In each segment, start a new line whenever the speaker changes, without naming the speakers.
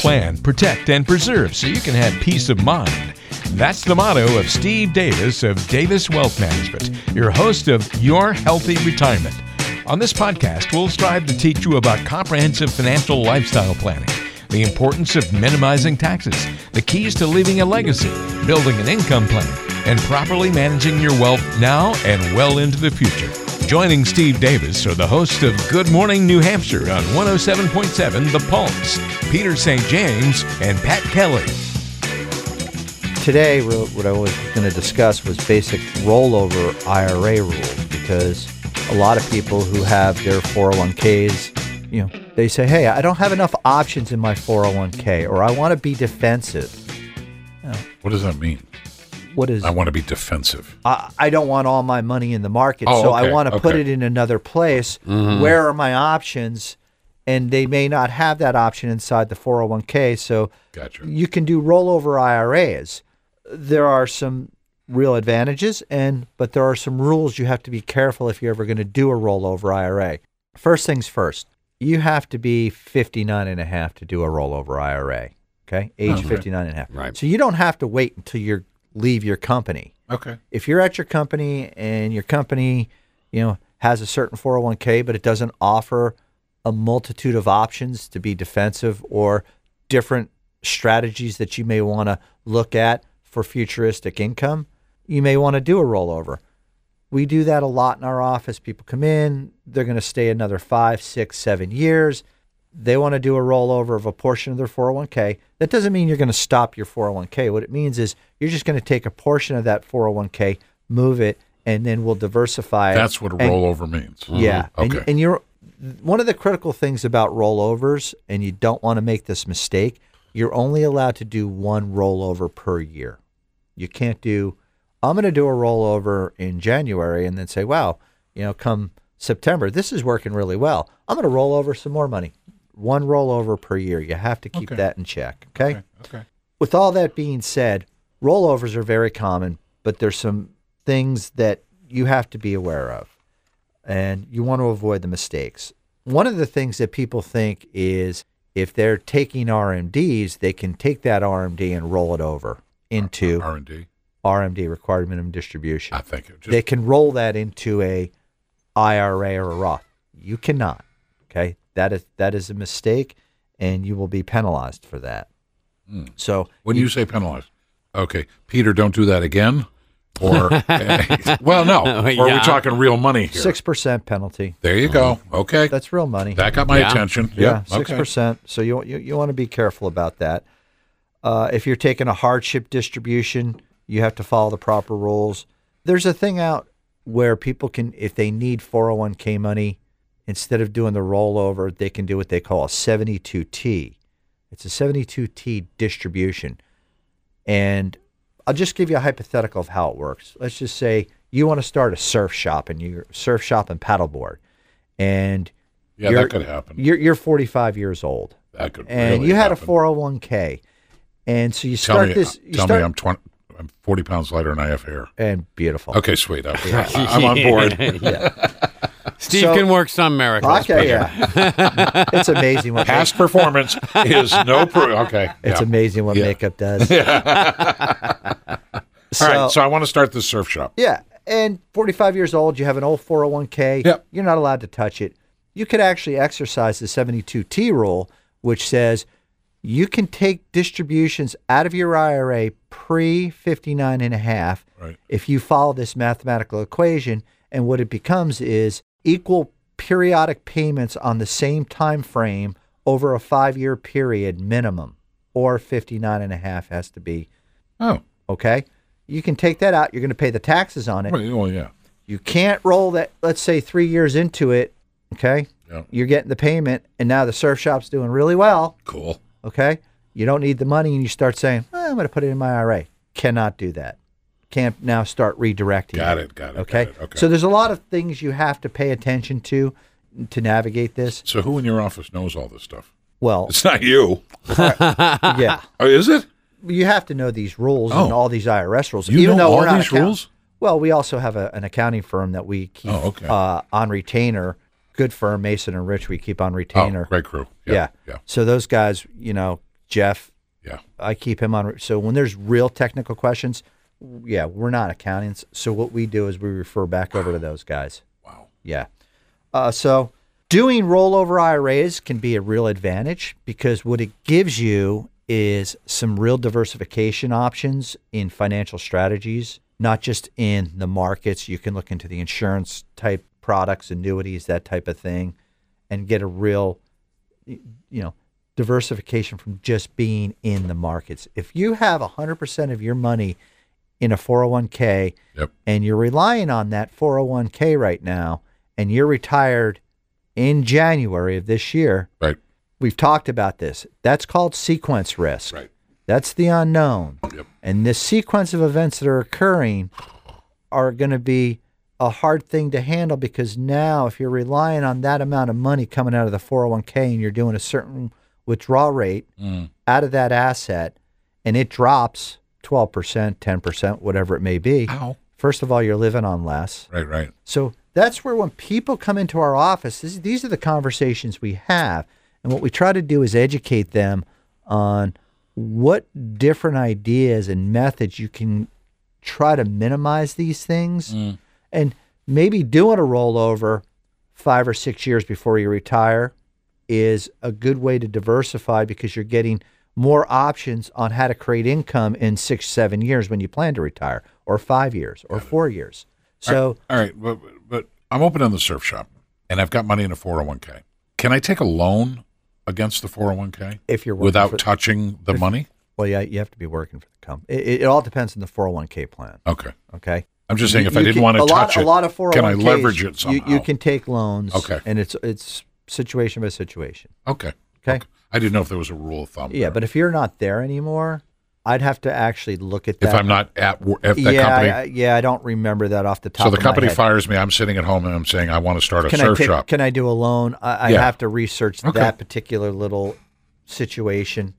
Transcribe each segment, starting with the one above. plan, protect, and preserve so you can have peace of mind. That's the motto of Steve Davis of Davis Wealth Management, your host of Your Healthy Retirement. On this podcast, we'll strive to teach you about comprehensive financial lifestyle planning, the importance of minimizing taxes, the keys to leaving a legacy, building an income plan, and properly managing your wealth now and well into the future. Joining Steve Davis are the hosts of Good Morning New Hampshire on 107.7 The Pulse, Peter St. James, and Pat Kelly.
Today, wh- what I was going to discuss was basic rollover IRA rules because a lot of people who have their 401ks, you know, they say, hey, I don't have enough options in my 401k or I want to be defensive.
What does that mean?
What is
I want to be defensive.
I, I don't want all my money in the market,
Oh,
so I
okay,
want to put
okay. Mm-hmm.
it in another place. Where are my options? And they may not have that option inside the 401k. So
Gotcha.
you can do rollover IRAs. There are some real advantages, and but there are some rules you have to be careful if you're ever going to do a rollover IRA. First things first, you have to be 59 and a half to do a rollover IRA. Okay, age
Okay.
59 and a half.
Right.
So you don't have to wait until you leave your company
Okay.
if you're at your company and your company, you know, has a certain 401k, but it doesn't offer a multitude of options to be defensive or different strategies that you may want to look at for futuristic income, you may want to do a rollover. We do that a lot in our office. People come in, they're going to stay another five, six, seven years. They want to do a rollover of a portion of their 401k. That doesn't mean you're going to stop your 401k. What it means is you're just going to take a portion of that 401k, move it, and then we'll diversify it.
That's what a
and-
rollover means.
yeah.
Okay.
And, and you're one of the critical things about rollovers, and you don't want to make this mistake. You're only allowed to do one rollover per year. You can't do, I'm going to do a rollover in January and then say, wow, you know, come September, this is working really well. I'm going to roll over some more money. One rollover per year. You have to keep
Okay.
that in check. okay.
okay. Okay.
With all that being said, rollovers are very common, but there's some things that you have to be aware of and you want to avoid the mistakes. One of the things that people think is if they're taking RMDs, they can take that RMD and roll it over into
R and D.
RMD required minimum distribution.
I think it just
they can roll that into a IRA or a Roth. You cannot. Okay? That is that is a mistake and you will be penalized for that. So
Hmm. when you say penalized. Okay, Peter, don't do that again. Or eh, well, no. Or are we
Yeah.
talking real money here?
Oh, six percent penalty.
There you go. Okay,
That's real money.
that got my
Yeah.
attention.
yeah,
Yeah.
six
Okay.
percent. So you, you you want to be careful about that. Uh, if you're taking a hardship distribution, you have to follow the proper rules. There's a thing out where people can, if they need 401k money, instead of doing the rollover, they can do what they call a 72T. It's a 72T distribution. And I'll just give you a hypothetical of how it works. Let's just say you want to start a surf shop and you surf shop and paddleboard. And
Yeah,
you're-
that could happen.
you're you're 45 years old,
That could.
and
really
you had
happen.
a 401k, and so you
Tell
start
me, uh,
this. You
tell
start,
me, I'm twenty. I'm forty pounds lighter, and I have hair.
and beautiful.
Okay, sweet. I, I, am on board.
Steve
So-
can work some miracles.
Okay, yeah. it's amazing what make-
Past performance is no proof. Okay,
it's
yeah.
amazing what
Yeah.
makeup does.
All right, so I want to start this surf shop.
Yeah. And 45 years old, you have an old 401k.
Yep.
You're not allowed to touch it. You could actually exercise the 72T rule, which says you can take distributions out of your IRA pre 59 and a half
Right.
if you follow this mathematical equation. And what it becomes is equal periodic payments on the same time frame over a five year period minimum, or 59 and a half has to be.
Oh,
Okay. You can take that out. You're going to pay the taxes on it.
well, well, yeah.
You can't roll that, let's say, three years into it. Okay.
Yeah.
You're getting the payment, and now the surf shop's doing really well.
Cool.
Okay. You don't need the money, and you start saying, "Eh, I'm going to put it in my IRA. Cannot do that. Can't now start redirecting.
Got it. Got it.
Okay?
got it, Okay.
So
So,
there's a lot of things you have to pay attention to to navigate this.
who in your office knows all this stuff?
Well,
It's not you.
yeah.
Oh, is it?
You have to know these rules and
Oh.
all these IRS rules.
You
even
know
though
all
we're not
these
account-
rules?
Well, we also have a, an accounting firm that we keep
Oh, okay.
uh, on retainer. Good firm, Mason and Rich. We keep on
Oh,
retainer.
great crew.
Yeah.
Yeah.
So those guys, you know, Jeff.
Yeah.
I keep him on. So when there's real technical questions, yeah, we're not accountants. So what we do is we refer back over to those guys.
Wow.
Yeah. Uh, so doing rollover IRAs can be a real advantage because what it gives you is some real diversification options in financial strategies, not just in the markets. You can look into the insurance type products, annuities, that type of thing, and get a real, y- you know, diversification from just being in the markets. If you have 100% of your money in a 401k,
Yep.
and you're relying on that 401k right now and you're retired in January of this year,
Right.
we've talked about this. That's called sequence risk.
Right.
That's the unknown.
Yep.
And this sequence of events that are occurring are going to be a hard thing to handle because now if you're relying on that amount of money coming out of the 401k and you're doing a certain withdrawal rate
Mm.
out of that asset and it drops 12%, 10%, whatever it may be,
Ow.
First of all, you're living on less.
Right. Right.
So that's where when people come into our office, this, these are the conversations we have. And what we try to do is educate them on what different ideas and methods you can try to minimize these things
Mm.
and maybe doing a rollover five or six years before you retire is a good way to diversify because you're getting more options on how to create income in six, seven years when you plan to retire, or five years, or four years. So,
All right, but, but I'm opening the surf shop, and I've got money in a 401k. Can I take a loan against the 401k
if you're working
without
for,
touching the money?
well, yeah, you have to be working for the company. It, it, it all depends on the 401k plan.
Okay,
Okay.
I'm just saying if
You
I didn't
can-
want to
a lot,
touch
a lot of
it,
401ks,
can I leverage it
you-
somehow?
You, can take loans.
Okay.
And it's it's situation by situation.
Okay,
Okay.
I didn't know if there was a rule of thumb.
Yeah,
there.
but if you're not there anymore, I'd have to actually look at that.
if I'm not at wor- at that
yeah,
company,
I, I- yeah, I don't remember that off the top.
so the
of
company
my head.
fires me, I'm sitting at home and I'm saying I want to start a
Can I
surf
take-
shop.
Can I do a loan? I, I
Yeah.
have to research
Okay.
that particular little situation.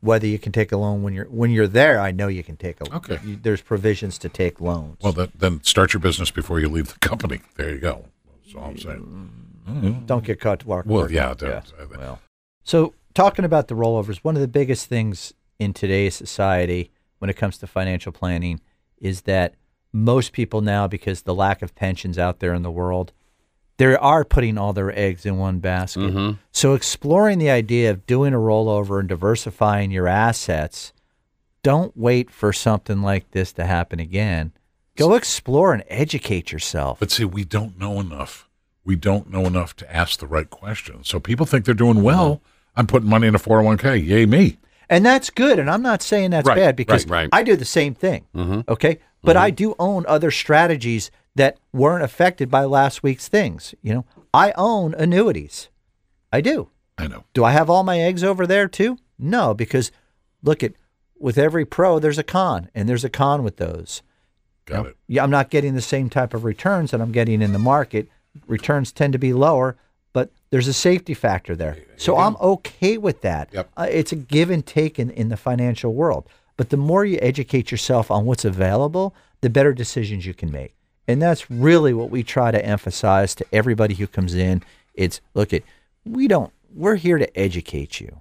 Whether you can take a loan when you're when you're there, I know you can take a.
Okay.
You, there's provisions to take loans.
well, then, then start your business before you leave the company. There you go. That's all I'm saying.
don't get caught walk-
Well,
working.
yeah, that-
Well, so talking about the rollovers, one of the biggest things in today's society when it comes to financial planning is that most people now, because the lack of pensions out there in the world, they are putting all their eggs in one basket. So exploring the idea of doing a rollover and diversifying your assets, don't wait for something like this to happen again. Go explore and educate yourself.
But see, we don't know enough. We don't know enough to ask the right questions. So people think they're doing well.
Mm-hmm.
I'm putting money in a 401k. Yay me.
And that's good. And I'm not saying that's
Right, Mm-hmm.
bad because
right, right.
I do the same thing. Okay. But I do own other strategies that weren't affected by last week's things. You know, I own annuities. I do.
I know.
Do I have all my eggs over there too? No, because look at with every pro, there's a con, and there's a con with those.
Got it.
Yeah, I'm not getting the same type of returns that I'm getting in the market. Returns tend to be lower, but there's a safety factor there. So I'm okay with that.
Yep.
Uh, it's a give and take in, in the financial world. But the more you educate yourself on what's available, the better decisions you can make. And that's really what we try to emphasize to everybody who comes in. It's look at we don't we're here to educate you.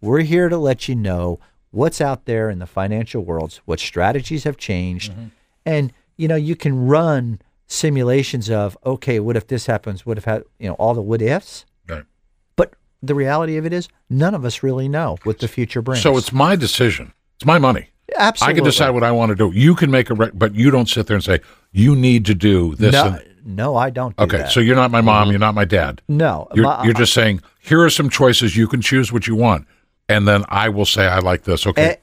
We're here to let you know what's out there in the financial worlds, what strategies have changed, and you know you can run simulations of okay, what if this happens? What if ha-, you know all the what ifs?
Right.
But the reality of it is, none of us really know what the future brings.
So it's my decision. It's my money.
absolutely
I can decide what I want to do. You can make a rec- but you don't sit there and say you need to do this.
No,
and
no, I don't. Do
Okay,
that. Mm-hmm.
so you're not my mom. You're not my dad.
no,
You're,
my-
you're just saying here are some choices. You can choose what you want, and then I will say I like this. Okay,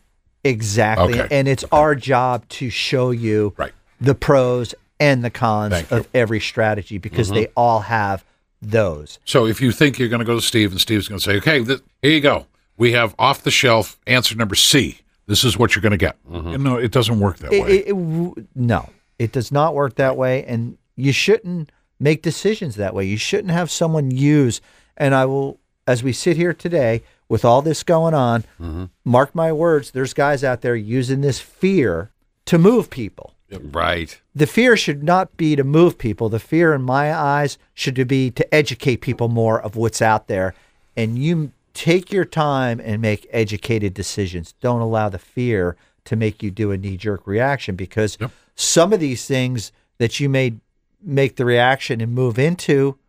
E- exactly.
Okay.
And it's our job to show you
Right.
the pros and the cons
Thank Mm-hmm.
of every strategy because they all have those.
So if you think you're going to go to Steve and Steve's going to say, okay, th- here you go. We have off the shelf answer number C. This is what you're going to get. No, it doesn't work that
It,
way.
it, it w- no, it does not work that way. And you shouldn't make decisions that way. You shouldn't have someone use. And I will, as we sit here today with all this going on,
Mm-hmm.
mark my words, there's guys out there using this fear to move people.
Right.
the fear should not be to move people. The fear, in my eyes, should be to educate people more of what's out there. And you Take your time and make educated decisions. Don't allow the fear to make you do a knee jerk reaction because some of these things that you may make the reaction and move into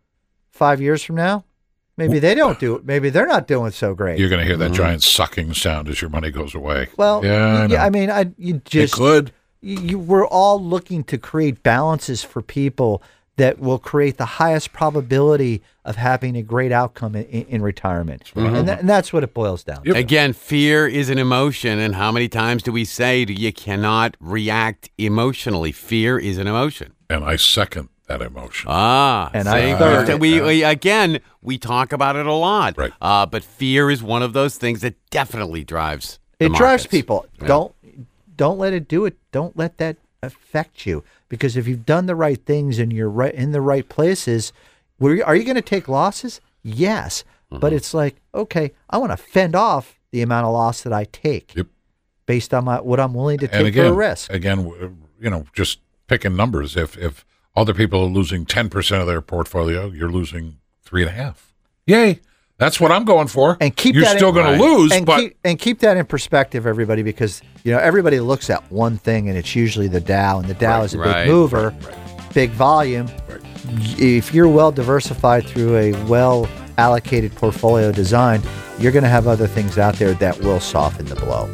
five years from now, maybe they don't do it. Maybe they're not doing so great.
You're going to hear that giant sucking sound as your money goes away.
Well,
yeah, I
yeah,
know.
I mean, I you
it
just
could.
you, you we're all looking to create balances for people that will create the highest probability of having a great outcome in, in, in retirement, and, that, and that's what it boils down. to.
Yep.
Again, fear is an emotion, and how many times do we say do you cannot react emotionally? Fear is an emotion.
And I second that emotion.
Ah,
And I
see?
third
it.
we, we again we talk about it a lot,
Right.
Uh, but fear is one of those things that definitely drives. the
It drives
markets.
people. Don't don't let it do it. Don't let that affect you because if you've done the right things and you're right in the right places, were you, are you going to take losses? Yes, but
Mm-hmm.
it's like okay, I want to fend off the amount of loss that I take
Yep.
based on my, what I'm willing to
and
take
again,
for a risk.
again, w- you know, just picking numbers. If if other people are losing ten percent of their portfolio, you're losing three and a half. Yay! That's what I'm going for.
And keep
you're
that in-
still going
Right.
to lose,
and
but
keep, and keep that in perspective, everybody, because you know everybody looks at one thing, and it's usually the Dow, and the Dow is a big
right,
mover, big volume. If you're well diversified through a well allocated portfolio design, you're going to have other things out there that will soften the blow.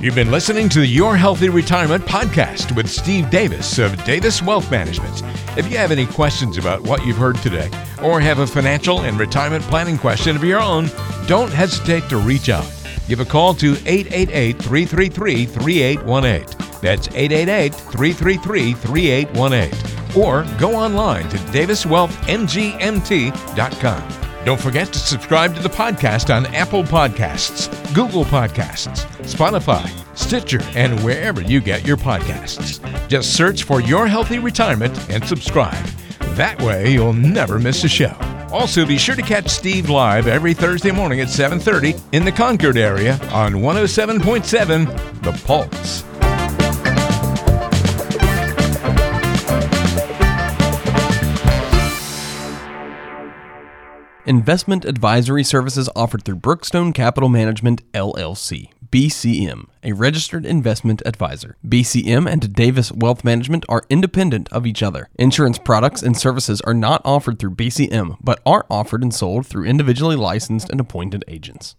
You've been listening to the Your Healthy Retirement podcast with Steve Davis of Davis Wealth Management. If you have any questions about what you've heard today or have a financial and retirement planning question of your own, don't hesitate to reach out. Give a call to 888 333 3818. That's 888 333 3818. Or go online to daviswealthmgmt.com. Don't forget to subscribe to the podcast on Apple Podcasts, Google Podcasts, Spotify, Stitcher, and wherever you get your podcasts. Just search for Your Healthy Retirement and subscribe. That way, you'll never miss a show. Also, be sure to catch Steve live every Thursday morning at 7:30 in the Concord area on 107.7 The Pulse.
Investment advisory services offered through Brookstone Capital Management LLC, BCM, a registered investment advisor. BCM and Davis Wealth Management are independent of each other. Insurance products and services are not offered through BCM, but are offered and sold through individually licensed and appointed agents.